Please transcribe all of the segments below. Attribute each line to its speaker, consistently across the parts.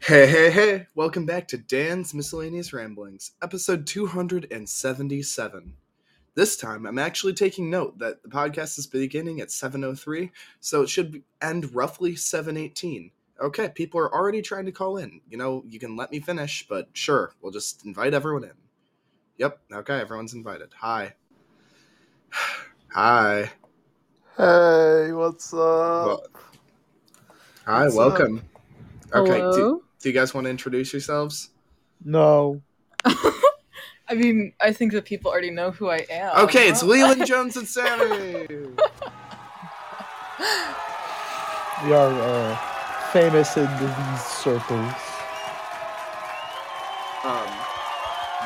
Speaker 1: Hey, hey, hey! Welcome back to Dan's Miscellaneous Ramblings, episode 277. This time, I'm actually taking note that the podcast is beginning at 7.03, so it should be- end roughly 7.18. Okay, people are already trying to call in. You know, you can let me finish, but sure, we'll just invite everyone in. Yep, okay, everyone's invited. Hi. Hi.
Speaker 2: Hey, what's up?
Speaker 1: Well, Hi,
Speaker 2: What's up?
Speaker 1: welcome. Okay, do,
Speaker 3: Hello.
Speaker 1: do you guys want to introduce yourselves?
Speaker 2: no.
Speaker 3: I mean, I think that people already know who I am.
Speaker 1: Okay,
Speaker 4: Uh-huh.
Speaker 1: it's Leland Jones and Sammy!
Speaker 2: We are uh, famous in these circles.
Speaker 1: Um,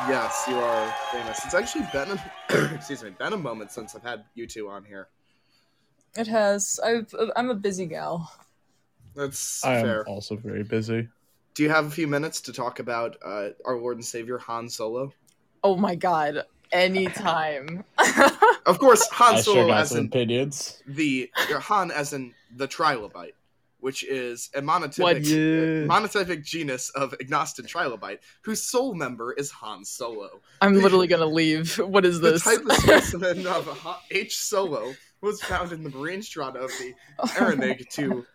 Speaker 1: yes, you are famous. It's actually been a, excuse me, been a moment since I've had you two on here.
Speaker 3: It has. I've, I'm a busy gal.
Speaker 1: That's
Speaker 4: I am
Speaker 1: fair.
Speaker 4: also very busy.
Speaker 1: Do you have a few minutes to talk about uh, our Lord and Savior Han Solo?
Speaker 3: Oh my god. Anytime.
Speaker 1: Of course, Han
Speaker 4: I sure
Speaker 1: Solo
Speaker 4: got
Speaker 1: as
Speaker 4: some
Speaker 1: in
Speaker 4: opinions.
Speaker 1: the or Han as in the trilobite, which is a
Speaker 3: What?
Speaker 1: monotypic
Speaker 2: Yeah.
Speaker 1: monotypic genus of agnostic trilobite, whose sole member is Han Solo.
Speaker 3: I'm literally gonna leave. What is
Speaker 1: The
Speaker 3: this?
Speaker 1: type of specimen of a ho- H. Solo was found in the marine strata of the Aranag to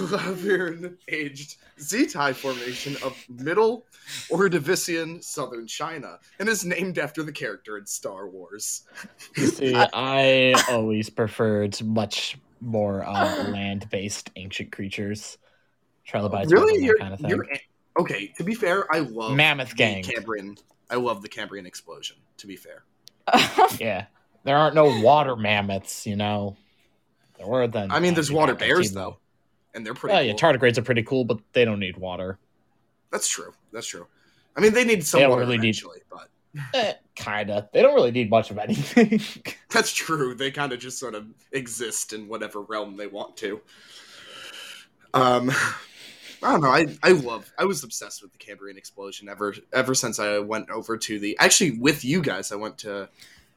Speaker 1: Laverne aged Z tie formation of Middle Ordovician southern China and is named after the character in Star Wars.
Speaker 4: You see, I always preferred much more uh, land-based ancient creatures. Trilobites,
Speaker 1: really?
Speaker 4: wasn't
Speaker 1: You're,
Speaker 4: that kind of thing.
Speaker 1: you're okay, to be fair, I love
Speaker 4: Mammoth
Speaker 1: the
Speaker 4: gang.
Speaker 1: Cambrian I love the Cambrian explosion, to be fair.
Speaker 4: Yeah, there aren't no water mammoths, you know. There were then.
Speaker 1: I mean there's
Speaker 4: tiny
Speaker 1: water
Speaker 4: mammoths,
Speaker 1: bears
Speaker 4: even
Speaker 1: though. And they're
Speaker 4: though-
Speaker 1: pretty
Speaker 4: Well,
Speaker 1: cool.
Speaker 4: Oh, yeah, tardigrades are pretty cool, but they don't need water.
Speaker 1: That's true. That's true. I mean they need some
Speaker 4: They don't
Speaker 1: water
Speaker 4: really need-
Speaker 1: eventually, but
Speaker 4: Eh, kinda. They don't really need much of anything.
Speaker 1: That's true. They kind of just sort of exist in whatever realm they want to. Um, I don't know. I, I love. I was obsessed with the Cambrian explosion ever ever since I went over to the. Actually, with you guys, I went to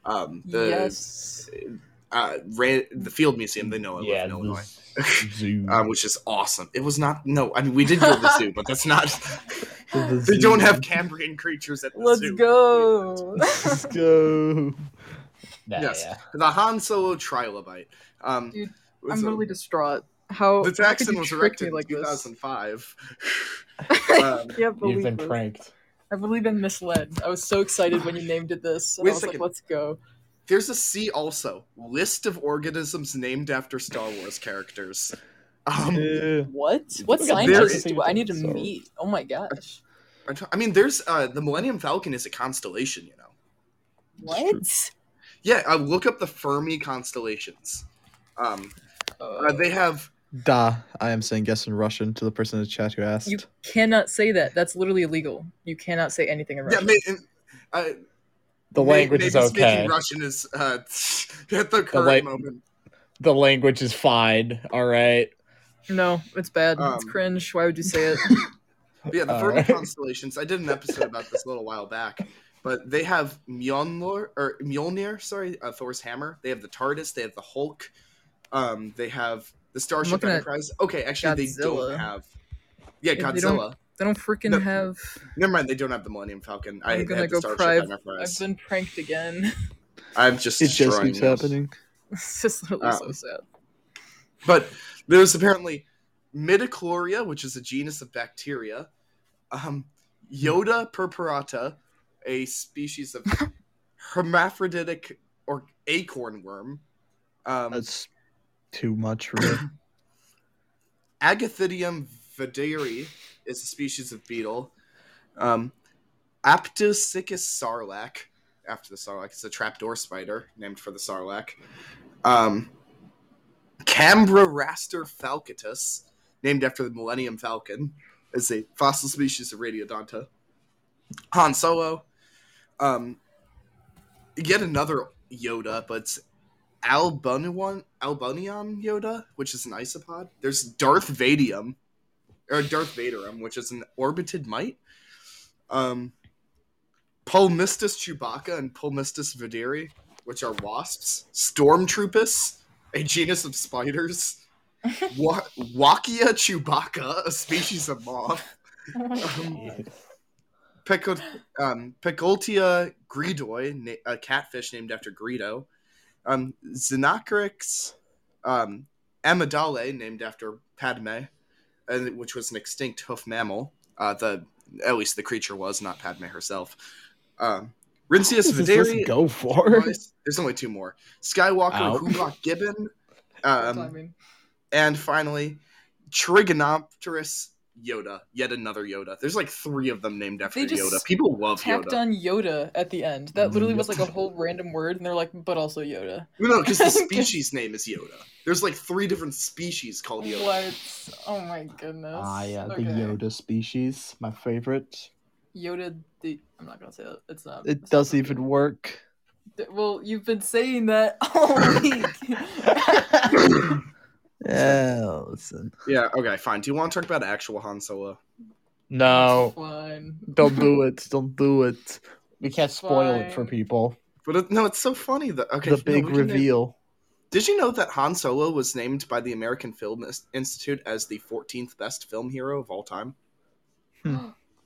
Speaker 1: um, the
Speaker 3: yes.
Speaker 1: uh, Ra- the Field Museum. They know Oh, I live
Speaker 4: yeah,
Speaker 1: in Illinois,
Speaker 4: the zoo.
Speaker 1: um, which is awesome. It was not. No, I mean we did go to the zoo, but that's not. They don't have Cambrian creatures at the
Speaker 3: Let's
Speaker 1: zoo.
Speaker 3: go.
Speaker 2: Let's go.
Speaker 4: Yeah,
Speaker 1: yes.
Speaker 4: yeah.
Speaker 1: The Han Solo trilobite. Um,
Speaker 3: Dude,
Speaker 1: was
Speaker 3: I'm
Speaker 1: a-
Speaker 3: really distraught. How
Speaker 1: The
Speaker 3: how could
Speaker 1: taxon
Speaker 3: you
Speaker 1: was
Speaker 3: trick
Speaker 1: erected
Speaker 3: me like
Speaker 1: in
Speaker 3: this?
Speaker 1: 2005. um,
Speaker 3: Can't believe
Speaker 4: You've been
Speaker 3: this.
Speaker 4: pranked.
Speaker 3: I've really been misled. I was so excited when you named it this. And
Speaker 1: Wait a
Speaker 3: I was
Speaker 1: second.
Speaker 3: like, let's go.
Speaker 1: there's a C also list of organisms named after Star Wars characters. Um,
Speaker 5: Eh,
Speaker 2: Yeah.
Speaker 3: What?
Speaker 4: Look
Speaker 3: What
Speaker 4: at
Speaker 3: scientists
Speaker 4: this.
Speaker 3: do I need to
Speaker 4: So-
Speaker 3: meet? Oh my gosh.
Speaker 1: I t- I mean, there's uh, the Millennium Falcon is a constellation, you know.
Speaker 3: What?
Speaker 1: Yeah, uh, look up the Fermi constellations. Um, uh, they have
Speaker 5: Da, I am saying yes in Russian to the person in the chat who asked.
Speaker 3: You cannot say that. That's literally illegal. You cannot say anything in
Speaker 1: yeah,
Speaker 3: Russian.
Speaker 1: may, uh,
Speaker 4: The
Speaker 1: may-
Speaker 4: language
Speaker 1: maybe
Speaker 4: is
Speaker 1: Speaking
Speaker 4: okay.
Speaker 1: Russian is uh, at the current
Speaker 4: light-
Speaker 1: moment.
Speaker 4: The language is fine. All right.
Speaker 3: no, it's bad. it's
Speaker 1: Um,
Speaker 3: cringe. Why would you say it?
Speaker 1: But yeah, the
Speaker 3: Uh,
Speaker 4: All
Speaker 1: Fermi
Speaker 4: right.
Speaker 1: constellations. I did an episode about this a little while back, but they have Mjolnir or Mjolnir, sorry, uh, Thor's hammer. They have the TARDIS. They have the Hulk. Um, they have the Starship
Speaker 3: looking at
Speaker 1: Enterprise. Okay, actually, they
Speaker 3: Godzilla.
Speaker 1: don't have. Yeah,
Speaker 3: Yeah, they don't-
Speaker 1: Godzilla.
Speaker 3: they don't freaking
Speaker 1: No.
Speaker 3: have.
Speaker 1: Never mind, they don't have the Millennium Falcon. I
Speaker 3: I'm
Speaker 1: had
Speaker 3: gonna
Speaker 1: the
Speaker 3: go
Speaker 1: Starship
Speaker 3: prive-
Speaker 1: Enterprise.
Speaker 3: I've been pranked again.
Speaker 1: I'm just
Speaker 5: it just
Speaker 1: destroying
Speaker 5: keeps
Speaker 1: those.
Speaker 5: happening.
Speaker 3: it's just literally so
Speaker 1: Um,
Speaker 3: sad.
Speaker 1: But there's apparently Midichlorian, which is a genus of bacteria, um, Yoda purpurata, a species of hermaphroditic or acorn worm, um,
Speaker 5: That's too much for me.
Speaker 1: Agathidium videri is a species of beetle, um, Aptocycus sarlacc, after the sarlacc, it's a trapdoor spider named for the sarlacc, um, Cambraraster falcitus, named after the Millennium Falcon, is a fossil species of Radiodonta. Han Solo, um, yet another Yoda, but it's Albunion, Albunion Yoda, which is an isopod. There's Darth Vadium, or Darth Vaderum, which is an orbited mite. Um, Pulmistus Chewbacca and Pulmistus Videri, which are wasps. Stormtroopus, a genus of spiders. Wa- Wakia Chewbacca, a species of moth. Um, Pico, um, Picoltia greedoy, na- a catfish named after Greedo. Um, Xenocrix um, amidale, named after Padme, and which was an extinct hoof mammal. Uh, the at least the creature was not Padme herself. Um, Rincius
Speaker 2: Does this
Speaker 1: Videri.
Speaker 2: go for?
Speaker 1: There's only two more. Skywalker
Speaker 4: Ow.
Speaker 1: Hulock Gibbon,
Speaker 3: That's what I
Speaker 1: um,
Speaker 3: mean.
Speaker 1: and finally Trigonopterus Yoda. Yet another Yoda. There's like three of them named after
Speaker 3: They just
Speaker 1: Yoda. People love Yoda.
Speaker 3: Tacked on Yoda at the end. That literally was like a whole random word, and they're like, but also Yoda.
Speaker 1: No, because the
Speaker 3: 'Cause-
Speaker 1: species name is Yoda. There's like three different species called Yoda.
Speaker 3: What? Oh my goodness.
Speaker 5: Ah, yeah,
Speaker 3: Okay.
Speaker 5: the Yoda species, my favorite.
Speaker 3: Yoda. The I'm not gonna say that. It's not.
Speaker 5: It
Speaker 3: it's not
Speaker 5: does
Speaker 3: good.
Speaker 5: even work.
Speaker 3: Well, you've been saying that all week.
Speaker 5: Yeah, listen.
Speaker 1: Yeah, okay, fine. Do you want to talk about actual Han Solo?
Speaker 4: no,
Speaker 3: Fine.
Speaker 5: Don't do it. Don't do it.
Speaker 4: we can't spoil it for
Speaker 3: Fine.
Speaker 4: people.
Speaker 1: But it, no, it's so funny that okay,
Speaker 5: the
Speaker 1: no,
Speaker 5: big
Speaker 1: we can-
Speaker 5: reveal.
Speaker 1: Did you know that Han Solo was named by the American Film Is- Institute as the 14th best film hero of all time?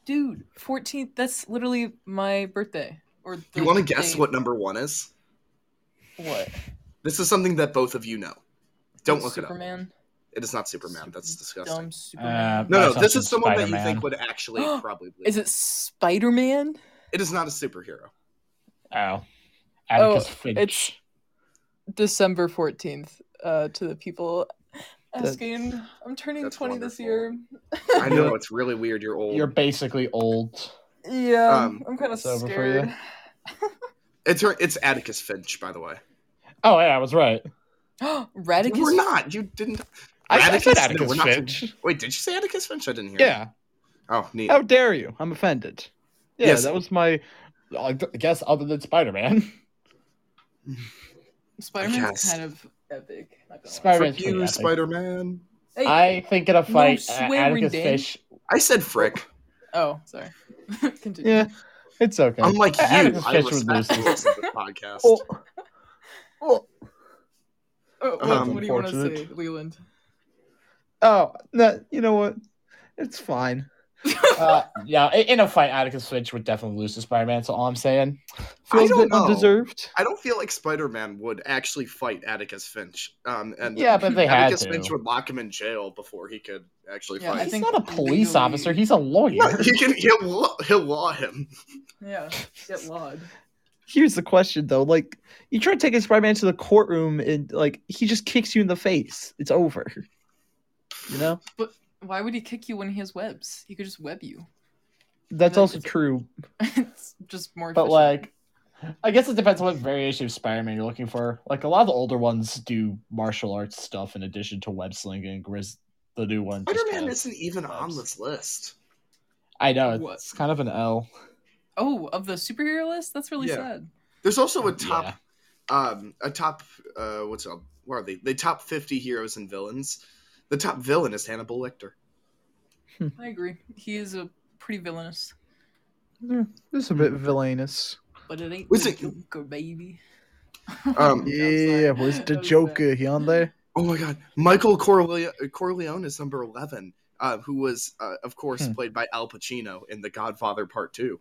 Speaker 3: Dude, 14th. That's literally my birthday. Or
Speaker 1: You want to guess what number one is?
Speaker 3: What?
Speaker 1: This is something that both of you know. Don't look it up.
Speaker 3: Superman.
Speaker 1: It is not Superman. That's
Speaker 3: Super-
Speaker 1: disgusting.
Speaker 3: Dumb
Speaker 4: Uh,
Speaker 3: Superman.
Speaker 1: No, no, this
Speaker 4: Assumption
Speaker 1: is someone that you
Speaker 4: Spider-Man.
Speaker 1: think would actually probably.
Speaker 3: Is it Spider Man?
Speaker 1: It is not a superhero.
Speaker 4: Oh, Atticus
Speaker 3: Oh,
Speaker 4: Finch.
Speaker 3: it's- December 14th uh, to the people asking. I'm turning
Speaker 1: That's
Speaker 3: 20 this year.
Speaker 1: I know it's really weird. You're old.
Speaker 4: You're basically old.
Speaker 3: Yeah,
Speaker 1: Um,
Speaker 3: I'm kind of
Speaker 4: it's over for you.
Speaker 3: scared.
Speaker 1: It's her, it's Atticus Finch, by the way.
Speaker 4: Oh yeah, I was right.
Speaker 3: Radicus.
Speaker 1: We're not. You didn't.
Speaker 4: I, I
Speaker 1: Atticus?
Speaker 4: said
Speaker 1: No,
Speaker 4: Atticus
Speaker 1: we're not-
Speaker 4: Finch.
Speaker 1: Wait, did you say Atticus Finch? I didn't hear.
Speaker 5: Yeah.
Speaker 1: Oh, neat.
Speaker 5: How dare you? I'm offended. Yeah,
Speaker 1: Yes.
Speaker 5: that was my.
Speaker 4: I guess other than Spider Man.
Speaker 3: Spider Man's
Speaker 1: Yes.
Speaker 3: kind of epic. not gonna lie.
Speaker 4: Spider-
Speaker 1: Frick you, Spider Man.
Speaker 3: Hey,
Speaker 4: I think in a fight, uh,
Speaker 3: swearing,
Speaker 4: Atticus
Speaker 3: Dan.
Speaker 4: Fish.
Speaker 1: I said frick.
Speaker 3: Oh, sorry. Continue.
Speaker 5: Yeah, it's okay.
Speaker 1: Unlike you,
Speaker 4: Atticus
Speaker 1: I
Speaker 4: Finch
Speaker 1: respect
Speaker 4: would lose
Speaker 1: the
Speaker 4: this.
Speaker 1: listen to the podcast.
Speaker 5: Oh.
Speaker 3: Oh, what,
Speaker 1: Um,
Speaker 3: what do you want to say,
Speaker 5: unfortunate.
Speaker 3: Leland?
Speaker 5: Oh, no, you know what? It's fine.
Speaker 4: Uh, yeah, i- in a fight, Atticus Finch would definitely lose to Spider Man. So all I'm saying.
Speaker 1: I
Speaker 5: Feels a
Speaker 1: don't
Speaker 5: bit
Speaker 1: know.
Speaker 5: undeserved.
Speaker 1: I don't feel like Spider Man would actually fight Atticus Finch. Um, and
Speaker 4: Yeah, but they had
Speaker 1: Atticus
Speaker 4: to.
Speaker 1: Finch would lock him in jail before he could actually
Speaker 3: Yeah, I
Speaker 1: fight.
Speaker 4: He's
Speaker 3: think
Speaker 4: not a police
Speaker 3: legally-
Speaker 4: officer. He's a
Speaker 1: No,
Speaker 4: lawyer.
Speaker 1: he can. He'll law, he'll law him.
Speaker 3: Yeah, get lawed.
Speaker 5: Here's the question, though. Like, you try to take a Spider Man to the courtroom, and, like, he just kicks you in the face. It's over. You know?
Speaker 3: Why would he kick you when he has webs? He could just web you.
Speaker 5: That's
Speaker 3: then
Speaker 5: also
Speaker 3: it's-
Speaker 5: true.
Speaker 3: it's just more.
Speaker 4: but
Speaker 3: efficient.
Speaker 4: like, I guess it depends on what variation of Spider Man you're looking for. Like a lot of the older ones do martial arts stuff in addition to web slinging. Whereas the new one, just
Speaker 1: Spider Man
Speaker 4: kinda-
Speaker 1: isn't even on this list.
Speaker 4: I know
Speaker 3: What?
Speaker 4: it's kind of an L.
Speaker 3: oh, of the superhero list, that's really
Speaker 1: Yeah.
Speaker 3: sad.
Speaker 1: There's also a top
Speaker 4: Yeah.
Speaker 1: um a top uh what's up where are they the top 50 heroes and villains the top villain is hannibal lecter
Speaker 4: Hmm.
Speaker 3: I agree. He is a pretty villainous,
Speaker 5: Hmm, It's a bit villainous.
Speaker 3: but it ain't
Speaker 1: What's
Speaker 3: the
Speaker 1: it-
Speaker 3: Joker, baby.
Speaker 1: Um,
Speaker 5: Yeah, was the Joker he on there?
Speaker 1: oh my god michael corleone, corleone is number 11 uh, who was uh, of course
Speaker 5: Hmm.
Speaker 1: played by al pacino in the godfather part 2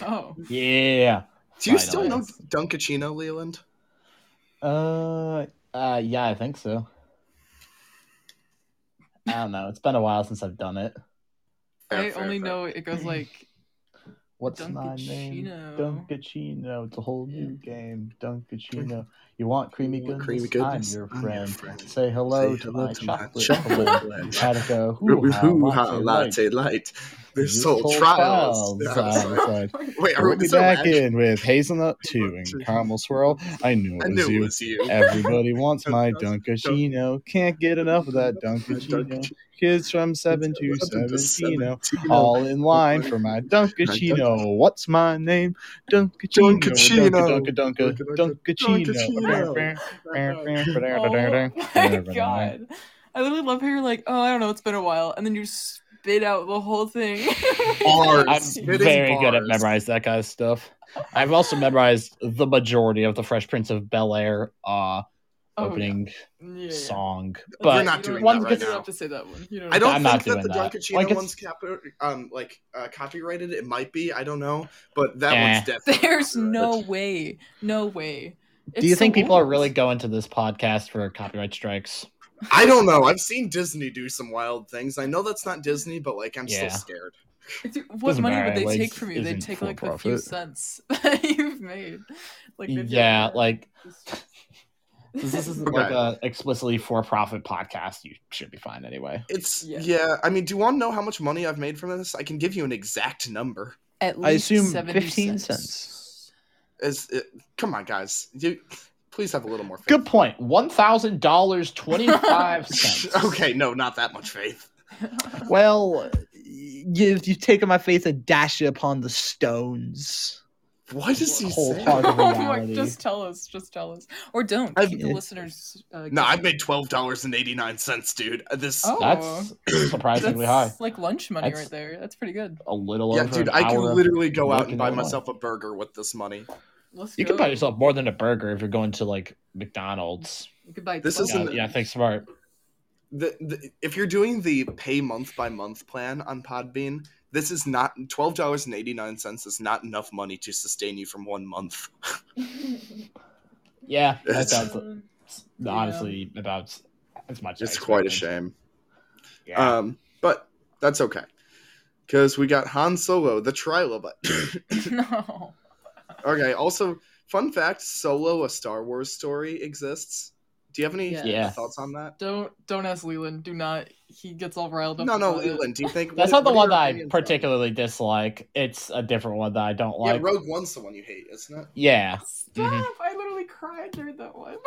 Speaker 3: Oh,
Speaker 4: Yeah.
Speaker 1: do you
Speaker 4: Fine,
Speaker 1: still know
Speaker 4: I'll-
Speaker 1: dunkachino leland
Speaker 4: Uh, uh, yeah, I think so. I don't know. It's been a while since I've done it.
Speaker 1: Fair,
Speaker 3: I
Speaker 1: fair,
Speaker 3: only
Speaker 1: fair.
Speaker 3: know it goes like
Speaker 4: What's my name?
Speaker 3: Dunkachino.
Speaker 4: Dunkachino. It's a whole new game. Dunkachino. You want creamy
Speaker 1: You want
Speaker 4: goodness?
Speaker 1: creamy goodness?
Speaker 4: I'm your
Speaker 1: I'm your
Speaker 4: friend.
Speaker 1: friend.
Speaker 4: Say hello
Speaker 1: Say
Speaker 4: to
Speaker 1: hello
Speaker 4: my
Speaker 1: to my
Speaker 4: chocolate.
Speaker 1: chocolate
Speaker 4: chocolate. Had to go.
Speaker 1: Ooh,
Speaker 4: hoo-ha,
Speaker 1: hoo, ha,
Speaker 4: latte
Speaker 1: latte
Speaker 4: light.
Speaker 1: light. There's
Speaker 4: Youthful
Speaker 1: soul trials.
Speaker 4: trials.
Speaker 1: I'm
Speaker 4: I'm
Speaker 1: sorry.
Speaker 4: sorry.
Speaker 3: oh
Speaker 1: Wait, are
Speaker 5: We'll
Speaker 1: we
Speaker 5: be
Speaker 1: so
Speaker 5: back
Speaker 1: actually-
Speaker 5: in with Hazelnut 2
Speaker 1: Two.
Speaker 5: and Caramel Swirl. I knew
Speaker 1: I
Speaker 5: it
Speaker 1: knew
Speaker 5: was
Speaker 1: it
Speaker 5: you.
Speaker 1: was you.
Speaker 5: Everybody wants my
Speaker 1: Dunk-
Speaker 5: Dunkachino. Can't get enough of that Dunkachino. Kids from
Speaker 1: uh,
Speaker 5: 7 to 17. All in line for my Dunkachino. What's my name? Dunkachino.
Speaker 1: Dunkachino.
Speaker 5: Dunka, dunka, dunka, Dunkachino.
Speaker 3: Oh my god. I literally love how you're like, oh, I don't know, it's been a while, and then you spit out the whole thing.
Speaker 1: Bars.
Speaker 4: I'm
Speaker 1: Spitting
Speaker 4: very good at
Speaker 1: bars.
Speaker 4: memorizing that kind of stuff. I've also memorized the majority of the Fresh Prince of Bel Air uh,
Speaker 3: Oh, yeah.
Speaker 4: opening
Speaker 3: Yeah, yeah.
Speaker 4: song.
Speaker 1: But-
Speaker 3: You
Speaker 1: not
Speaker 3: don't-
Speaker 1: doing
Speaker 3: one-
Speaker 1: that right
Speaker 3: you don't
Speaker 1: now.
Speaker 3: have to say that one. You don't
Speaker 1: I don't
Speaker 4: I'm not
Speaker 1: think that the
Speaker 4: doing that.
Speaker 1: Dunkachino
Speaker 4: Like, it's-
Speaker 1: one's cap- um like uh, copyrighted. It might be. I don't know, but that
Speaker 4: Eh.
Speaker 1: one's definitely.
Speaker 3: There's no
Speaker 1: copyrighted.
Speaker 3: way. No way.
Speaker 4: Do you think people are really going to this podcast for copyright strikes?
Speaker 1: I don't know. I've seen Disney do some wild things. I know that's not Disney, but like I'm
Speaker 4: Yeah.
Speaker 1: still scared.
Speaker 3: Dude, What
Speaker 4: Doesn't
Speaker 3: money
Speaker 4: matter,
Speaker 3: would they
Speaker 4: like,
Speaker 3: take from you? They'd
Speaker 2: isn't
Speaker 3: take
Speaker 2: for
Speaker 3: like the few
Speaker 2: profit.
Speaker 3: cents that you've made. Like they'd be
Speaker 4: yeah,
Speaker 3: "Yeah,
Speaker 4: like
Speaker 3: just-
Speaker 4: this isn't
Speaker 1: Okay.
Speaker 4: like a explicitly for-profit podcast. You should be fine anyway.
Speaker 1: It's
Speaker 3: Yeah.
Speaker 1: yeah. I mean, do you want to know how much money I've made from this? I can give you an exact number.
Speaker 3: at least
Speaker 5: I assume
Speaker 3: 70
Speaker 5: 15
Speaker 3: cents.
Speaker 1: As it, come on, guys, you please have a little more faith.
Speaker 4: Good point. One thousand dollars twenty-five cents.
Speaker 1: okay, no, not that much faith.
Speaker 5: Well, you've, you've taken my faith and dashed it upon the stones.
Speaker 1: What is he
Speaker 4: Whole
Speaker 1: saying?
Speaker 4: heart.
Speaker 3: Oh my,
Speaker 4: Reality.
Speaker 3: just tell us, just tell us, or don't.
Speaker 1: I've-
Speaker 3: Keep the listeners. Uh,
Speaker 1: No, I've
Speaker 3: guessing.
Speaker 1: made twelve dollars and eighty nine cents, dude. This
Speaker 3: Oh.
Speaker 4: That's surprisingly high.
Speaker 3: That's like lunch money
Speaker 4: That's-
Speaker 3: right there. That's pretty good.
Speaker 4: A little
Speaker 1: yeah,
Speaker 4: over
Speaker 1: dude,
Speaker 4: an
Speaker 1: I can
Speaker 4: hour of-
Speaker 1: literally go out
Speaker 4: working
Speaker 1: and buy
Speaker 4: all night.
Speaker 1: myself a burger with this money.
Speaker 3: Let's
Speaker 4: You
Speaker 3: go.
Speaker 4: can buy yourself more than a burger if you're going to like McDonald's.
Speaker 3: You could buy
Speaker 1: This
Speaker 3: 12.
Speaker 1: isn't-
Speaker 4: Yeah, yeah, I think smart.
Speaker 1: the, the if you're doing the pay month by month plan on Podbean, this is not twelve dollars and eighty nine cents is not enough money to sustain you from one month.
Speaker 4: Yeah, that
Speaker 1: It's-
Speaker 4: sounds
Speaker 3: Um,
Speaker 4: honestly about as much. as
Speaker 1: It's
Speaker 4: I
Speaker 1: quite a
Speaker 4: expected.
Speaker 1: shame.
Speaker 4: Yeah.
Speaker 1: Um, but that's okay. Because we got Han Solo, the trilobite.
Speaker 3: no.
Speaker 1: okay, also, fun fact Solo, a Star Wars story, exists. Do you have any
Speaker 3: Yeah.
Speaker 4: Yeah.
Speaker 1: thoughts on that?
Speaker 3: Don't don't ask Leland. Do not. He gets all riled up.
Speaker 1: No, no,
Speaker 3: about it.
Speaker 1: Leland, do you think.
Speaker 4: That's
Speaker 1: what-
Speaker 4: not the
Speaker 1: what
Speaker 4: one
Speaker 1: are
Speaker 4: that
Speaker 1: your
Speaker 4: I
Speaker 1: opinions on it?
Speaker 4: particularly dislike. It's a different one that I don't
Speaker 1: Yeah,
Speaker 4: like.
Speaker 1: Rogue One's the one you hate, isn't it?
Speaker 4: Yeah.
Speaker 3: Stop!
Speaker 4: Mm-hmm.
Speaker 3: I literally cried during that one.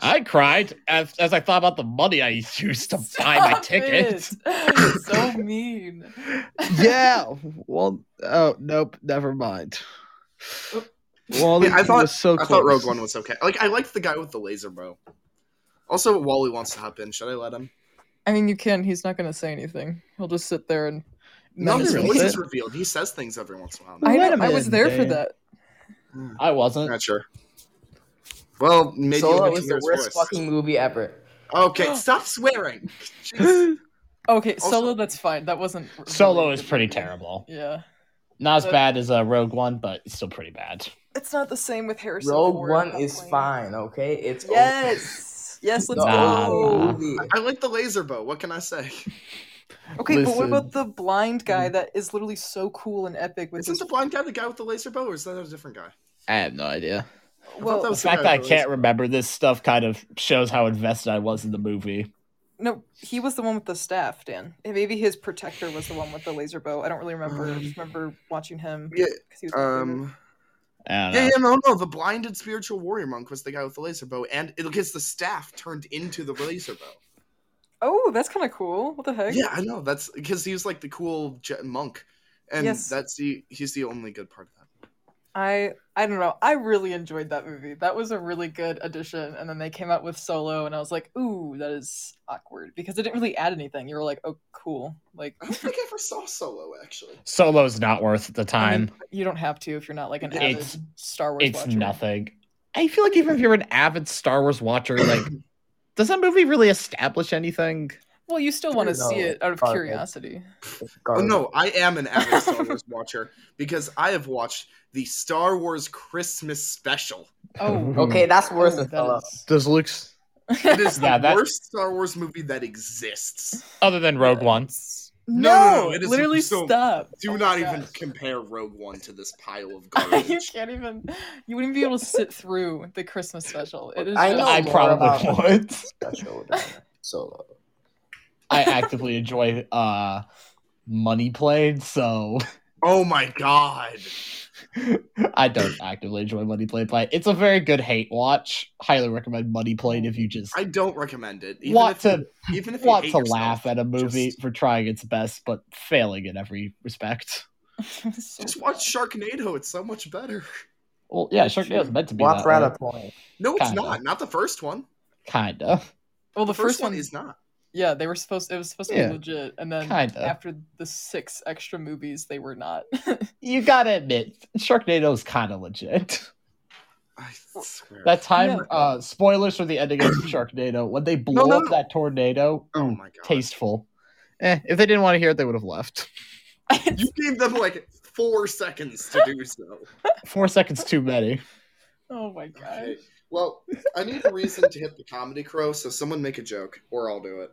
Speaker 4: I cried as, as I thought about the money I used to buy my
Speaker 3: Stop
Speaker 4: tickets.
Speaker 3: it. so mean.
Speaker 5: yeah. Well, oh, nope. Never mind. Well,
Speaker 1: Yeah, I thought-
Speaker 5: was so
Speaker 1: I thought Rogue One was okay. Like I liked the guy with the laser bow. Also, Wally wants to hop in. Should I let him?
Speaker 3: I mean, you can. He's not gonna say anything. He'll just sit there and.
Speaker 1: No, his
Speaker 5: Really?
Speaker 1: voice is revealed. He says things every once in a while.
Speaker 3: I,
Speaker 5: Wait a
Speaker 3: know, I was
Speaker 5: minute,
Speaker 3: there for
Speaker 5: Dan.
Speaker 3: that.
Speaker 4: I
Speaker 1: I'm
Speaker 4: wasn't.
Speaker 1: not sure. Well, maybe
Speaker 6: Solo
Speaker 1: you'll get
Speaker 6: is
Speaker 1: to
Speaker 6: the
Speaker 1: hear his
Speaker 6: worst
Speaker 1: voice.
Speaker 6: fucking movie ever.
Speaker 1: Okay, stop swearing. Jeez.
Speaker 5: was.
Speaker 3: Okay,
Speaker 1: Also-
Speaker 3: solo. That's fine. That wasn't. r-
Speaker 4: Solo
Speaker 3: really
Speaker 4: is
Speaker 3: good
Speaker 4: pretty
Speaker 3: movie.
Speaker 4: terrible.
Speaker 3: Yeah,
Speaker 4: Not as
Speaker 3: But-
Speaker 4: bad as uh, Rogue One, but it's still pretty bad.
Speaker 3: it's not the same with Harrison.
Speaker 6: Rogue
Speaker 3: Ford
Speaker 6: One
Speaker 3: not
Speaker 6: is
Speaker 3: playing.
Speaker 6: fine, okay? It's
Speaker 3: Yes. Yes. Let's
Speaker 4: Nah,
Speaker 3: go.
Speaker 4: nah.
Speaker 6: no movie.
Speaker 1: I like the laser bow. What can I say?
Speaker 3: Okay, but what
Speaker 5: Listen.
Speaker 3: about the blind guy that is literally so cool and epic
Speaker 1: Mm.
Speaker 3: with
Speaker 1: Isn't
Speaker 3: his
Speaker 1: the blind guy the guy with the laser bow, or is that a different guy?
Speaker 5: I have no idea.
Speaker 1: that
Speaker 3: well?
Speaker 1: was-
Speaker 4: The fact that I can't remember this stuff kind of shows how invested I was in the movie.
Speaker 3: No, he was the one with the staff, Dan. And maybe his protector was the one with the laser bow. I don't really remember. I just remember watching him.
Speaker 1: yeah,
Speaker 3: 'cause he was my favorite.
Speaker 1: Um.
Speaker 4: I don't know.
Speaker 1: Yeah, yeah, no, no. The blinded spiritual warrior monk was the guy with the laser bow, and it gets the staff turned into the laser bow.
Speaker 3: Oh, that's kind of cool. What the heck?
Speaker 1: Yeah, I know. That's because he was like the cool jet monk, and
Speaker 3: Yes.
Speaker 1: that's the he's the only good part of that.
Speaker 3: I I don't know. I really enjoyed that movie. That was a really good addition. And then they came out with Solo, and I was like, ooh, that is awkward because it didn't really add anything. You were like, oh, cool. Like,
Speaker 1: I don't think I ever saw Solo actually.
Speaker 4: Solo's not worth the
Speaker 3: I
Speaker 4: time.
Speaker 3: mean, you don't have to if you're not like an avid
Speaker 4: It's-
Speaker 3: Star Wars.
Speaker 4: it's
Speaker 3: watcher.
Speaker 4: nothing. I feel like even if you're an avid Star Wars watcher, like, does that movie really establish anything?
Speaker 3: Well, you still want to
Speaker 6: No,
Speaker 3: see it out of
Speaker 6: garbage.
Speaker 3: curiosity.
Speaker 4: Um.
Speaker 1: Oh no, I am an avid Star Wars watcher because I have watched the Star Wars Christmas special.
Speaker 3: Oh,
Speaker 4: Hmm.
Speaker 6: Okay, that's worse than
Speaker 3: that
Speaker 6: Solo.
Speaker 3: is-
Speaker 5: Does Luke's
Speaker 1: It is
Speaker 4: Yeah,
Speaker 1: the
Speaker 4: that-
Speaker 1: worst Star Wars movie that exists.
Speaker 4: Other than Rogue One.
Speaker 1: No,
Speaker 3: No,
Speaker 1: no, no, it is
Speaker 3: literally
Speaker 1: so-
Speaker 3: stop.
Speaker 1: Do
Speaker 3: Oh my
Speaker 1: not even
Speaker 3: gosh.
Speaker 1: compare Rogue One to this pile of
Speaker 3: you
Speaker 1: garbage.
Speaker 3: can't even. You wouldn't be able to sit through the Christmas special. It is.
Speaker 6: I
Speaker 3: just-
Speaker 6: know.
Speaker 4: I
Speaker 6: more
Speaker 4: probably
Speaker 6: about-
Speaker 4: would.
Speaker 6: Special than Solo.
Speaker 4: I actively enjoy uh money played, so
Speaker 1: oh my god!
Speaker 4: I don't actively enjoy money played. But it's a very good hate watch. Highly recommend money played if you just
Speaker 1: I don't recommend it. Even
Speaker 4: want
Speaker 1: if,
Speaker 4: to
Speaker 1: even if you
Speaker 4: want
Speaker 1: hate
Speaker 4: to
Speaker 1: yourself,
Speaker 4: laugh at a movie
Speaker 1: just-
Speaker 4: for trying its best but failing in every respect.
Speaker 3: So
Speaker 1: Just watch Sharknado. It's so much better.
Speaker 4: Well, yeah, Sharknado is meant to be
Speaker 6: What's
Speaker 4: that
Speaker 6: right
Speaker 4: way.
Speaker 6: up point?
Speaker 1: No, it's
Speaker 4: Kinda.
Speaker 1: not. Not the first one.
Speaker 4: kind of,
Speaker 3: Well, the,
Speaker 1: The first, one is not.
Speaker 3: Yeah, they were supposed. It was supposed to
Speaker 5: Yeah.
Speaker 3: be legit, and then
Speaker 4: kind of.
Speaker 3: after the six extra movies, they were not.
Speaker 4: You gotta admit, Sharknado is kind of legit.
Speaker 1: I swear.
Speaker 4: That time,
Speaker 3: Yeah.
Speaker 4: uh, spoilers for the ending of Sharknado. When they blow
Speaker 1: no,
Speaker 4: up
Speaker 1: no.
Speaker 4: that tornado,
Speaker 1: oh my god.
Speaker 4: tasteful.
Speaker 5: Eh, if they didn't want to hear it, they would have left.
Speaker 1: You gave them like four seconds to do so.
Speaker 4: Four seconds too many.
Speaker 3: oh my god.
Speaker 1: Okay. Well, I need a reason to hit the comedy crow, so someone make a joke, or I'll do it.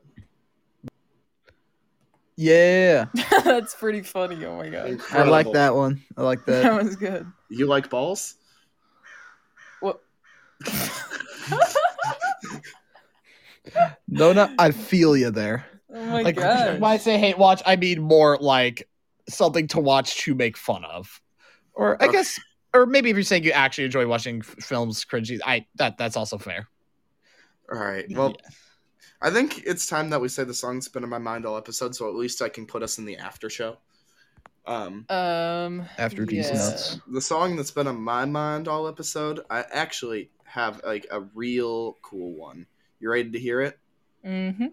Speaker 5: Yeah,
Speaker 3: That's pretty funny. Oh my god.
Speaker 5: I
Speaker 1: Incredible.
Speaker 5: like that one. I like that.
Speaker 3: That was good.
Speaker 1: You like balls?
Speaker 3: What?
Speaker 5: No, no, I feel you there.
Speaker 3: Oh my
Speaker 4: Like
Speaker 3: god.
Speaker 4: when I say hate watch, I mean more like something to watch to make fun of,
Speaker 5: Or I
Speaker 1: Okay.
Speaker 5: guess, or maybe if you're saying you actually enjoy watching f- films cringy, I that that's also fair.
Speaker 1: All right. Well, I think it's time that we say the song that's been in my mind all episode, so at least I can put us in the after show. Um,
Speaker 3: Um.
Speaker 5: After
Speaker 3: yeah.
Speaker 5: D's nuts.
Speaker 1: the song that's been on my mind all episode, I actually have like a real cool one. You ready to hear it?
Speaker 3: Mm-hmm.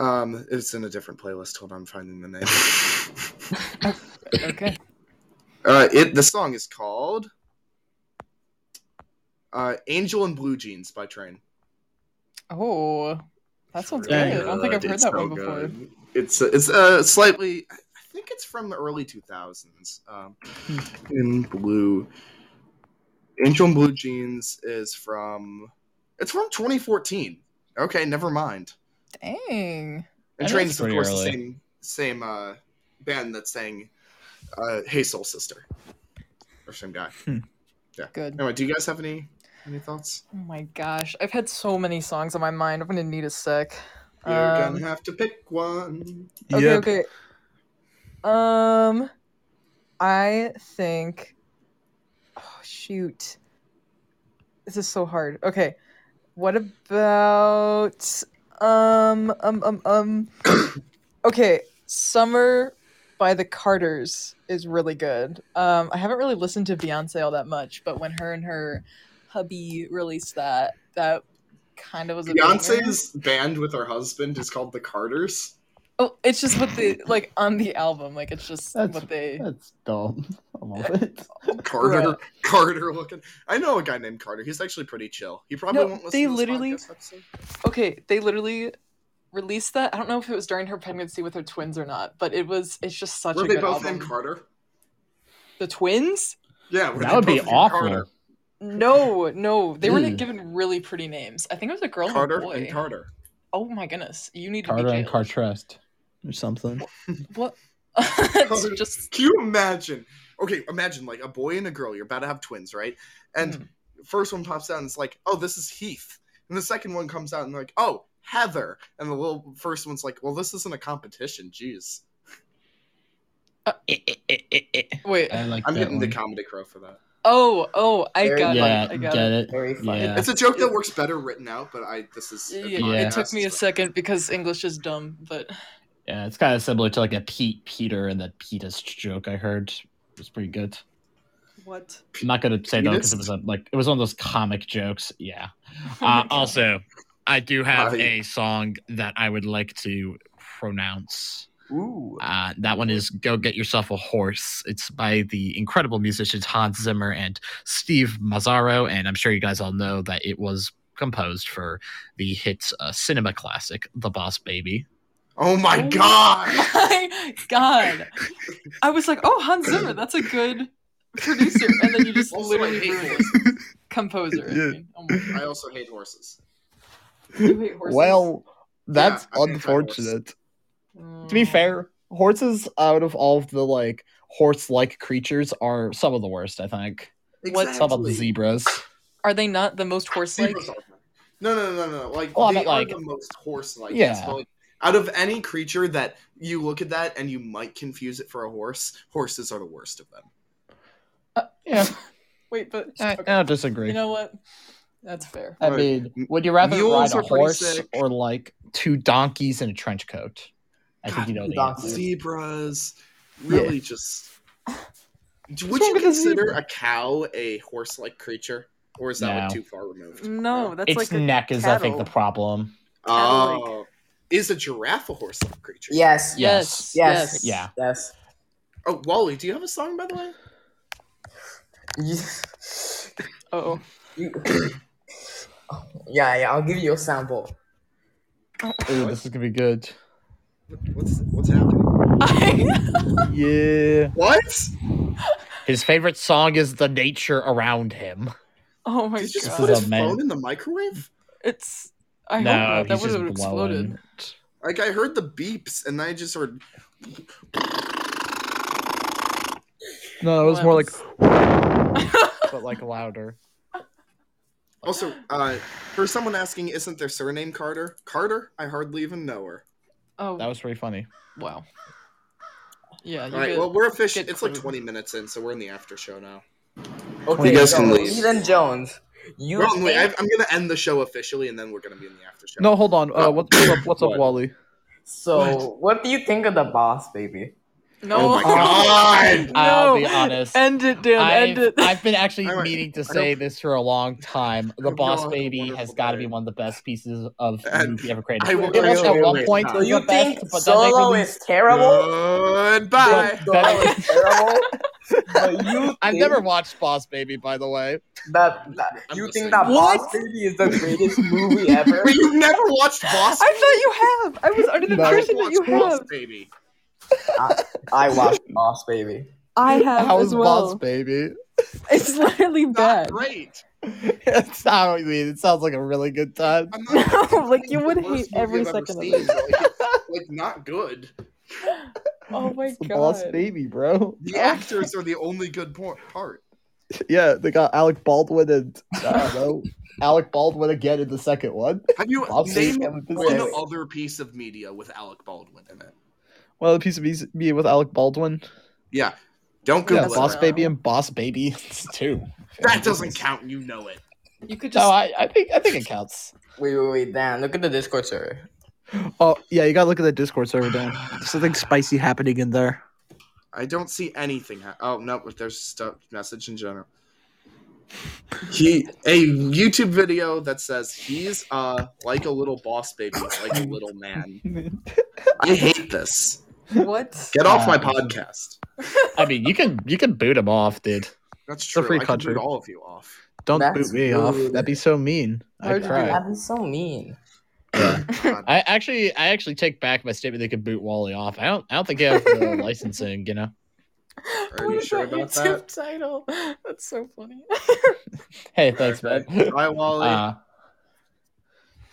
Speaker 1: Um, it's in a different playlist. Hold on, I'm finding the name.
Speaker 3: Okay.
Speaker 1: uh, it the song is called uh, "Angel in Blue Jeans" by Train.
Speaker 3: Oh, that sounds
Speaker 1: Really
Speaker 3: good. I don't think I've
Speaker 1: good. uh, It's
Speaker 3: heard that
Speaker 1: so
Speaker 3: one before.
Speaker 1: good. It's it's uh, slightly. I think it's from the early two thousands. Um,
Speaker 3: Hmm.
Speaker 1: in blue, Angel in Blue Jeans is from. It's from twenty fourteen. Okay, never mind.
Speaker 3: Dang.
Speaker 1: And
Speaker 4: I think
Speaker 1: Train
Speaker 4: it's
Speaker 1: is of
Speaker 4: pretty
Speaker 1: course
Speaker 4: early.
Speaker 1: the same same uh, band that sang uh, "Hey Soul Sister," or same guy.
Speaker 3: Good.
Speaker 1: Anyway, do you guys have any any thoughts?
Speaker 3: Oh my gosh, I've had so many songs on my mind. I'm gonna need a sec.
Speaker 1: You're
Speaker 3: Um,
Speaker 1: gonna have to pick one.
Speaker 3: Okay. Okay. Um, I think. Oh shoot, this is so hard. Okay, what about um um um um? okay, summer by the Carters is really good. Um, I haven't really listened to Beyonce all that much, but when her and her hubby released that, that kind of was a banger.
Speaker 1: Beyonce's band with her husband is called the Carters.
Speaker 3: Oh, it's just what they like on the album. Like it's just
Speaker 4: That's-
Speaker 3: what they.
Speaker 4: That's dumb. I love it.
Speaker 1: Carter,
Speaker 3: Bruh.
Speaker 1: Carter looking. I know a guy named Carter. He's actually pretty chill. He probably
Speaker 3: No,
Speaker 1: won't listen.
Speaker 3: they
Speaker 1: to this
Speaker 3: literally-
Speaker 1: podcast episode.
Speaker 3: Okay, they literally released that. I don't know if it was during her pregnancy with her twins or not, but it was. It's just such
Speaker 1: Were
Speaker 3: a
Speaker 1: they
Speaker 3: good
Speaker 1: both
Speaker 3: album.
Speaker 1: named Carter?
Speaker 3: the twins?
Speaker 1: Yeah, were
Speaker 4: That
Speaker 1: they
Speaker 4: would be
Speaker 1: both named
Speaker 4: awful.
Speaker 1: Carter,
Speaker 3: No, no, they were like,
Speaker 4: Mm.
Speaker 3: given really pretty names. I think it was a girl
Speaker 1: Carter
Speaker 3: and a boy.
Speaker 1: and Carter.
Speaker 3: Oh my goodness, you need
Speaker 4: Carter
Speaker 3: to be
Speaker 4: and
Speaker 3: jailed.
Speaker 4: Cartrest.
Speaker 5: or something.
Speaker 3: What? it's
Speaker 1: Carter.
Speaker 3: just
Speaker 1: Can you imagine? Okay, imagine like a boy and a girl. You're about to have twins, right? And
Speaker 3: Mm.
Speaker 1: first one pops out and it's like, oh, this is Heath. And the second one comes out and like, oh, Heather. And the little first one's like, well, this isn't a competition. Jeez,
Speaker 4: Eh, eh, eh, eh, eh.
Speaker 3: wait.
Speaker 4: I like
Speaker 1: I'm
Speaker 4: that
Speaker 1: getting
Speaker 4: one.
Speaker 1: the comedy crow for that.
Speaker 3: Oh, oh, I
Speaker 6: Very
Speaker 3: got
Speaker 4: yeah,
Speaker 3: it. I got
Speaker 4: get
Speaker 3: it.
Speaker 4: it.
Speaker 6: Very funny.
Speaker 4: Yeah.
Speaker 1: It's a joke that works better written out, but I this is a
Speaker 3: Yeah,
Speaker 1: podcast,
Speaker 3: It took me a
Speaker 1: so-
Speaker 3: second because English is dumb, but
Speaker 4: Yeah, it's kind of similar to like a Pete Peter and that Petus joke I heard. It was pretty good.
Speaker 3: what?
Speaker 4: I'm not gonna say though because it
Speaker 1: Petist?
Speaker 4: was a, like it was one of those comic jokes. Yeah.
Speaker 3: Oh my
Speaker 4: Uh, also, I do have
Speaker 1: Hi.
Speaker 4: a song that I would like to pronounce.
Speaker 6: Ooh.
Speaker 4: Uh, that one is "Go Get Yourself a Horse." It's by the incredible musicians Hans Zimmer and Steve Mazzaro, and I'm sure you guys all know that it was composed for the hit uh, cinema classic "The Boss Baby."
Speaker 1: Oh my
Speaker 3: Oh
Speaker 1: god!
Speaker 3: my god. I was like, oh, Hans Zimmer, that's a good producer. And then you just
Speaker 1: Also, I
Speaker 3: literally
Speaker 1: hate
Speaker 3: ruined it.
Speaker 1: horses.
Speaker 3: Composer. I
Speaker 5: Yeah.
Speaker 3: mean. Oh my god.
Speaker 1: I also hate horses.
Speaker 3: You hate horses?
Speaker 5: Well, that's
Speaker 1: Yeah, I think I have horses.
Speaker 5: unfortunate.
Speaker 3: Mm.
Speaker 4: To be fair, horses out of all of the like horse-like creatures are some of the worst. I think
Speaker 3: What's
Speaker 4: some of the zebras.
Speaker 3: are they not the most horse like?
Speaker 1: Zebras are- No, no, no, no, no. Like
Speaker 4: Oh, I
Speaker 1: they
Speaker 4: meant,
Speaker 1: are
Speaker 4: like-
Speaker 1: the most horse-like.
Speaker 4: Yeah.
Speaker 1: It's like, out of any creature that you look at that and you might confuse it for a horse, horses are the worst of them.
Speaker 4: Yeah,
Speaker 3: Wait, but
Speaker 4: I, I
Speaker 3: okay.
Speaker 4: don't disagree.
Speaker 3: you know what? That's fair.
Speaker 4: I
Speaker 1: Right.
Speaker 4: mean, would you rather
Speaker 1: Mules
Speaker 4: ride a
Speaker 1: are pretty
Speaker 4: horse
Speaker 1: sick.
Speaker 4: or like two donkeys in a trench coat? I think
Speaker 1: God,
Speaker 4: you know the
Speaker 6: donkeys.
Speaker 4: answer.
Speaker 1: Zebras really just. Would you
Speaker 4: with a
Speaker 1: consider
Speaker 4: zebra?
Speaker 1: a cow a horse-like creature, or is that like
Speaker 4: No.
Speaker 1: too far removed?
Speaker 3: No, that's
Speaker 4: Its
Speaker 3: like a
Speaker 4: neck is, I think, the
Speaker 3: cattle.
Speaker 4: problem.
Speaker 3: Cattle-like.
Speaker 1: Oh, is a giraffe a horse-like creature?
Speaker 6: Yes. Yes.
Speaker 3: Yes. Yes.
Speaker 6: Yes.
Speaker 4: Yeah.
Speaker 6: Yes.
Speaker 1: Oh, Wally, do you have a song by the way?
Speaker 3: Oh,
Speaker 6: You... yeah, yeah. I'll give you a sample.
Speaker 5: Ooh, this is gonna be good.
Speaker 1: What's what's happening?
Speaker 5: Yeah.
Speaker 1: What?
Speaker 4: His favorite song is "The Nature Around Him."
Speaker 3: oh my
Speaker 1: Did you just
Speaker 3: god,
Speaker 1: put
Speaker 5: is
Speaker 1: his
Speaker 5: a man.
Speaker 1: phone in the microwave?
Speaker 3: it's. I
Speaker 4: no,
Speaker 3: hope not. That
Speaker 4: he's
Speaker 3: would
Speaker 4: just
Speaker 3: have
Speaker 4: blowing.
Speaker 3: exploded.
Speaker 4: it.
Speaker 1: Like I heard the beeps and then I just heard
Speaker 5: No, it was more like,
Speaker 4: but like louder.
Speaker 1: also uh for someone asking isn't their surname Carter? Carter? I hardly even know her.
Speaker 3: oh
Speaker 5: that was pretty funny.
Speaker 3: wow. Yeah, you
Speaker 1: All right,
Speaker 3: did.
Speaker 1: well we're official
Speaker 3: get
Speaker 1: it's like
Speaker 3: clued.
Speaker 1: 20 minutes in so we're in the after show now.
Speaker 6: Okay,
Speaker 1: guys
Speaker 6: so
Speaker 1: can leave.
Speaker 6: Ethan Jones, you
Speaker 1: Wrong way.
Speaker 6: think-
Speaker 1: I, I'm gonna end the show officially and then we're gonna be in the after show.
Speaker 5: No, hold on. Uh, what, what's up? What's up,
Speaker 4: What?
Speaker 5: Wally?
Speaker 6: so what? do you think of the boss, baby?
Speaker 3: no,
Speaker 1: Oh my god!
Speaker 4: I'll
Speaker 3: No.
Speaker 4: be honest.
Speaker 3: End it, Dan. end
Speaker 4: I've,
Speaker 3: it.
Speaker 4: I've been actually
Speaker 1: All right.
Speaker 4: meaning to
Speaker 1: don't-
Speaker 4: say this for a long time. The
Speaker 1: hope y'all
Speaker 4: Boss
Speaker 1: have a
Speaker 4: Baby
Speaker 1: wonderful
Speaker 4: has got to be
Speaker 1: day.
Speaker 4: one of the best pieces of
Speaker 1: And
Speaker 4: movie ever created.
Speaker 1: I will-
Speaker 4: it was
Speaker 6: wait,
Speaker 4: at
Speaker 6: wait,
Speaker 4: one
Speaker 1: wait.
Speaker 4: point
Speaker 1: So
Speaker 6: Do
Speaker 4: the
Speaker 6: you
Speaker 4: best,
Speaker 6: think
Speaker 4: but then they
Speaker 6: Solo
Speaker 4: released-
Speaker 6: is terrible?
Speaker 1: Goodbye.
Speaker 6: Solo is terrible. But you
Speaker 4: I've
Speaker 6: think
Speaker 4: never watched Boss Baby, by the way.
Speaker 6: that, that
Speaker 1: I'm
Speaker 6: you
Speaker 1: just
Speaker 6: think
Speaker 1: saying.
Speaker 6: that
Speaker 3: What?
Speaker 6: boss baby is the greatest movie ever?
Speaker 1: Wait, you've never watched Boss?
Speaker 3: I thought you have. I was under the
Speaker 5: No.
Speaker 3: impression that you
Speaker 1: Watch Boss
Speaker 3: have.
Speaker 1: Baby.
Speaker 6: I watched Boss Baby.
Speaker 3: I have
Speaker 5: How's
Speaker 3: as well.
Speaker 5: Boss Baby?
Speaker 3: It's literally
Speaker 1: Not
Speaker 3: bad.
Speaker 1: great.
Speaker 5: That's not what I mean. It sounds like a really good time.
Speaker 1: I'm not-
Speaker 3: No, like, you
Speaker 1: it's the
Speaker 3: would
Speaker 1: worst
Speaker 3: hate
Speaker 1: movie
Speaker 3: every
Speaker 1: I've ever
Speaker 3: second of
Speaker 1: seen,
Speaker 3: it.
Speaker 1: but, Like, it's, like, not good.
Speaker 3: Oh my
Speaker 5: It's the
Speaker 3: god.
Speaker 5: Boss Baby, bro.
Speaker 1: The actors are the only good por- part.
Speaker 5: Yeah, they got Alec Baldwin and I don't know Alec Baldwin again in the second one.
Speaker 1: Have you
Speaker 5: Boss
Speaker 1: name
Speaker 5: Baby. Kevin
Speaker 1: one
Speaker 5: Fitzgerald.
Speaker 1: other piece of media with Alec Baldwin in it?
Speaker 5: Well, the piece of music- me with Alec Baldwin.
Speaker 1: Yeah, don't
Speaker 5: Yeah,
Speaker 1: Google
Speaker 3: That's
Speaker 1: it.
Speaker 5: Boss
Speaker 3: right.
Speaker 5: Baby and Boss Baby. It's two.
Speaker 1: That doesn't count. You know it.
Speaker 3: You could
Speaker 4: No,
Speaker 3: just.
Speaker 4: I, I think I think it counts.
Speaker 6: Wait, wait, wait, Dan, look at the Discord server.
Speaker 5: Oh yeah, you gotta look at the Discord server, Dan. There's something spicy happening in there.
Speaker 1: I don't see anything. ha- Oh no, but there's stuff. Message in general. He a YouTube video that says he's uh like a little boss baby, like a little man. I hate this.
Speaker 3: what?
Speaker 1: Get off my
Speaker 4: Uh,
Speaker 1: podcast.
Speaker 4: I mean, you can you can boot him off, dude.
Speaker 1: That's
Speaker 5: a
Speaker 1: true.
Speaker 5: free
Speaker 1: I can
Speaker 5: country.
Speaker 1: boot all of you off.
Speaker 5: Don't
Speaker 6: That's
Speaker 5: boot me off.
Speaker 6: rude.
Speaker 5: That'd be so mean.
Speaker 3: Why
Speaker 5: I
Speaker 3: would you do
Speaker 5: cry.
Speaker 6: That'd be so mean.
Speaker 4: I actually I actually take back my statement. They could boot Wally off. I don't I don't think they have the licensing. You know.
Speaker 1: Are you
Speaker 3: What is
Speaker 1: sure
Speaker 3: that
Speaker 1: about
Speaker 3: YouTube title? That's so funny.
Speaker 4: Hey, thanks, man.
Speaker 1: Okay. Bye, Wally.
Speaker 4: Uh,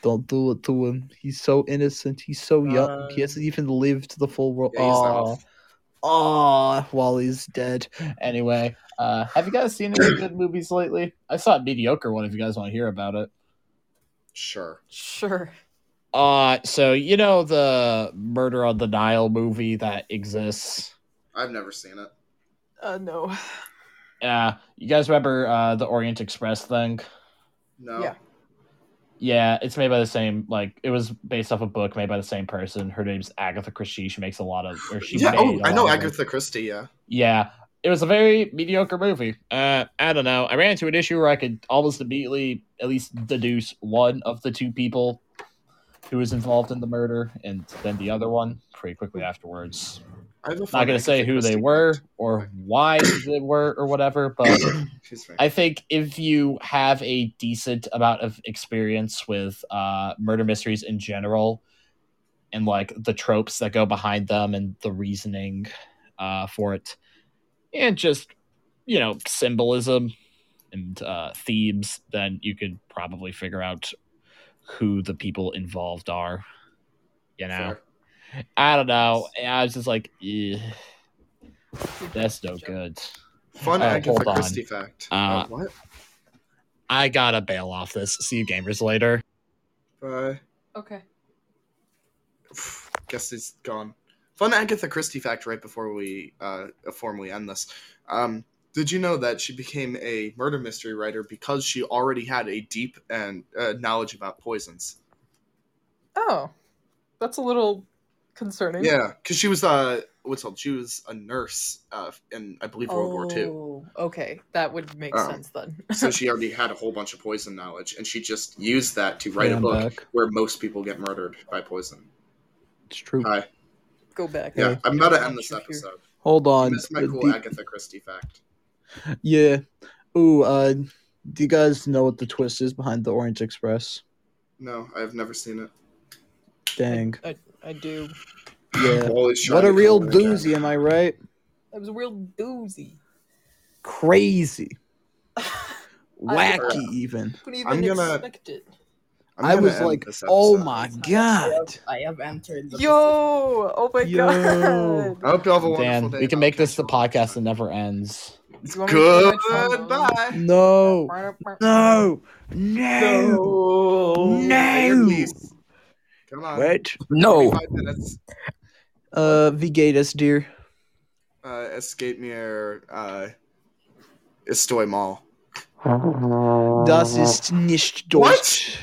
Speaker 5: Don't do it to him. He's so innocent. He's so young.
Speaker 6: Um,
Speaker 5: He hasn't even lived the full world.
Speaker 1: Uh, yeah, he's
Speaker 5: Oh,
Speaker 1: off.
Speaker 5: oh, Wally's dead.
Speaker 4: anyway, uh, have you guys seen any good movies lately? I saw a mediocre one. If you guys want to hear about it.
Speaker 1: Sure.
Speaker 3: sure.
Speaker 4: Uh, so you know the Murder on the Nile movie that exists.
Speaker 1: I've never seen it.
Speaker 3: Uh, no.
Speaker 4: Uh, you guys remember uh, the Orient Express thing?
Speaker 1: No.
Speaker 3: Yeah.
Speaker 4: Yeah, it's made by the same. Like it was based off a book made by the same person. Her name's Agatha Christie. She makes a lot of. Or she
Speaker 1: Yeah,
Speaker 4: made
Speaker 1: Oh,
Speaker 4: a
Speaker 1: I know
Speaker 4: lot of-
Speaker 1: Agatha Christie. Yeah.
Speaker 4: Yeah, it was a very mediocre movie. Uh, I don't know. I ran into an issue where I could almost immediately at least deduce one of the two people who was involved in the murder, and then the other one pretty quickly afterwards.
Speaker 1: I have a
Speaker 4: Not gonna say who they were or why they were or whatever, but
Speaker 1: Excuse me.
Speaker 4: I think if you have a decent amount of experience with uh, murder mysteries in general, and like the tropes that go behind them and the reasoning uh, for it, and just you know symbolism and uh, themes, then you could probably figure out who the people involved are. You know,
Speaker 1: Fair.
Speaker 4: I don't know. And I was just like, "Eh, that's no good.
Speaker 1: Fun
Speaker 4: Oh,
Speaker 1: Agatha
Speaker 4: hold on.
Speaker 1: Christie fact.
Speaker 4: Uh,
Speaker 1: oh, what?
Speaker 4: I gotta bail off this. See you gamers later.
Speaker 1: Bye.
Speaker 3: Okay.
Speaker 1: Uh, Guess he's gone. Fun Agatha Christie fact right before we uh, formally end this. Um, did you know that she became a murder mystery writer because she already had a deep and uh, knowledge about poisons?
Speaker 3: Oh, that's a little concerning.
Speaker 1: Yeah, because she was uh, what's it called? She was a nurse uh, in I believe World War
Speaker 4: Oh.
Speaker 1: Two.
Speaker 3: Oh, Okay, that would make
Speaker 1: Um,
Speaker 3: sense then.
Speaker 1: so she already had a whole bunch of poison knowledge, and she just used that to write
Speaker 5: Yeah,
Speaker 1: a
Speaker 5: I'm
Speaker 1: book
Speaker 5: back.
Speaker 1: where most people get murdered by poison.
Speaker 5: It's true.
Speaker 1: Hi.
Speaker 3: Go back.
Speaker 1: Yeah, I'm about to
Speaker 3: Yeah,
Speaker 1: end this
Speaker 3: sure, sure.
Speaker 1: episode.
Speaker 5: Hold on. Uh,
Speaker 1: This is my
Speaker 5: The
Speaker 1: cool
Speaker 5: deep-
Speaker 1: Agatha Christie fact.
Speaker 5: yeah. Ooh. Uh, Do you guys know what the twist is behind the Orange Express?
Speaker 1: No, I've never seen it.
Speaker 5: Dang.
Speaker 3: I, I do.
Speaker 5: Yeah.
Speaker 1: Wally's trying
Speaker 5: What a
Speaker 1: to
Speaker 5: real
Speaker 1: call it again.
Speaker 5: doozy, am I right?
Speaker 3: That was a real doozy.
Speaker 5: Crazy.
Speaker 3: I-
Speaker 5: Wacky even.
Speaker 3: Couldn't
Speaker 1: I'm gonna-
Speaker 3: expect it.
Speaker 1: I'm
Speaker 5: I
Speaker 1: gonna
Speaker 5: was
Speaker 1: end
Speaker 5: like,
Speaker 1: this
Speaker 5: oh
Speaker 1: episode.
Speaker 5: my
Speaker 6: I
Speaker 5: god.
Speaker 6: have, I have entered the
Speaker 3: Yo! Oh my
Speaker 7: Yo.
Speaker 3: god.
Speaker 1: I hope you have a wonderful
Speaker 4: Dan,
Speaker 1: day.
Speaker 4: we can
Speaker 1: I'll
Speaker 4: make this
Speaker 1: catch
Speaker 4: the
Speaker 1: you all
Speaker 4: podcast that never ends.
Speaker 3: You want me to play my
Speaker 1: Goodbye.
Speaker 5: No.
Speaker 3: trombone?
Speaker 5: No. No.
Speaker 1: Later,
Speaker 5: No.
Speaker 1: peace. Come on.
Speaker 5: Wait.
Speaker 6: No.
Speaker 1: 25 minutes.
Speaker 5: Uh, Vigatus, dear.
Speaker 1: Uh, escape near uh, Estoy Mall. Uh-huh.
Speaker 5: Das ist nicht Deutsch.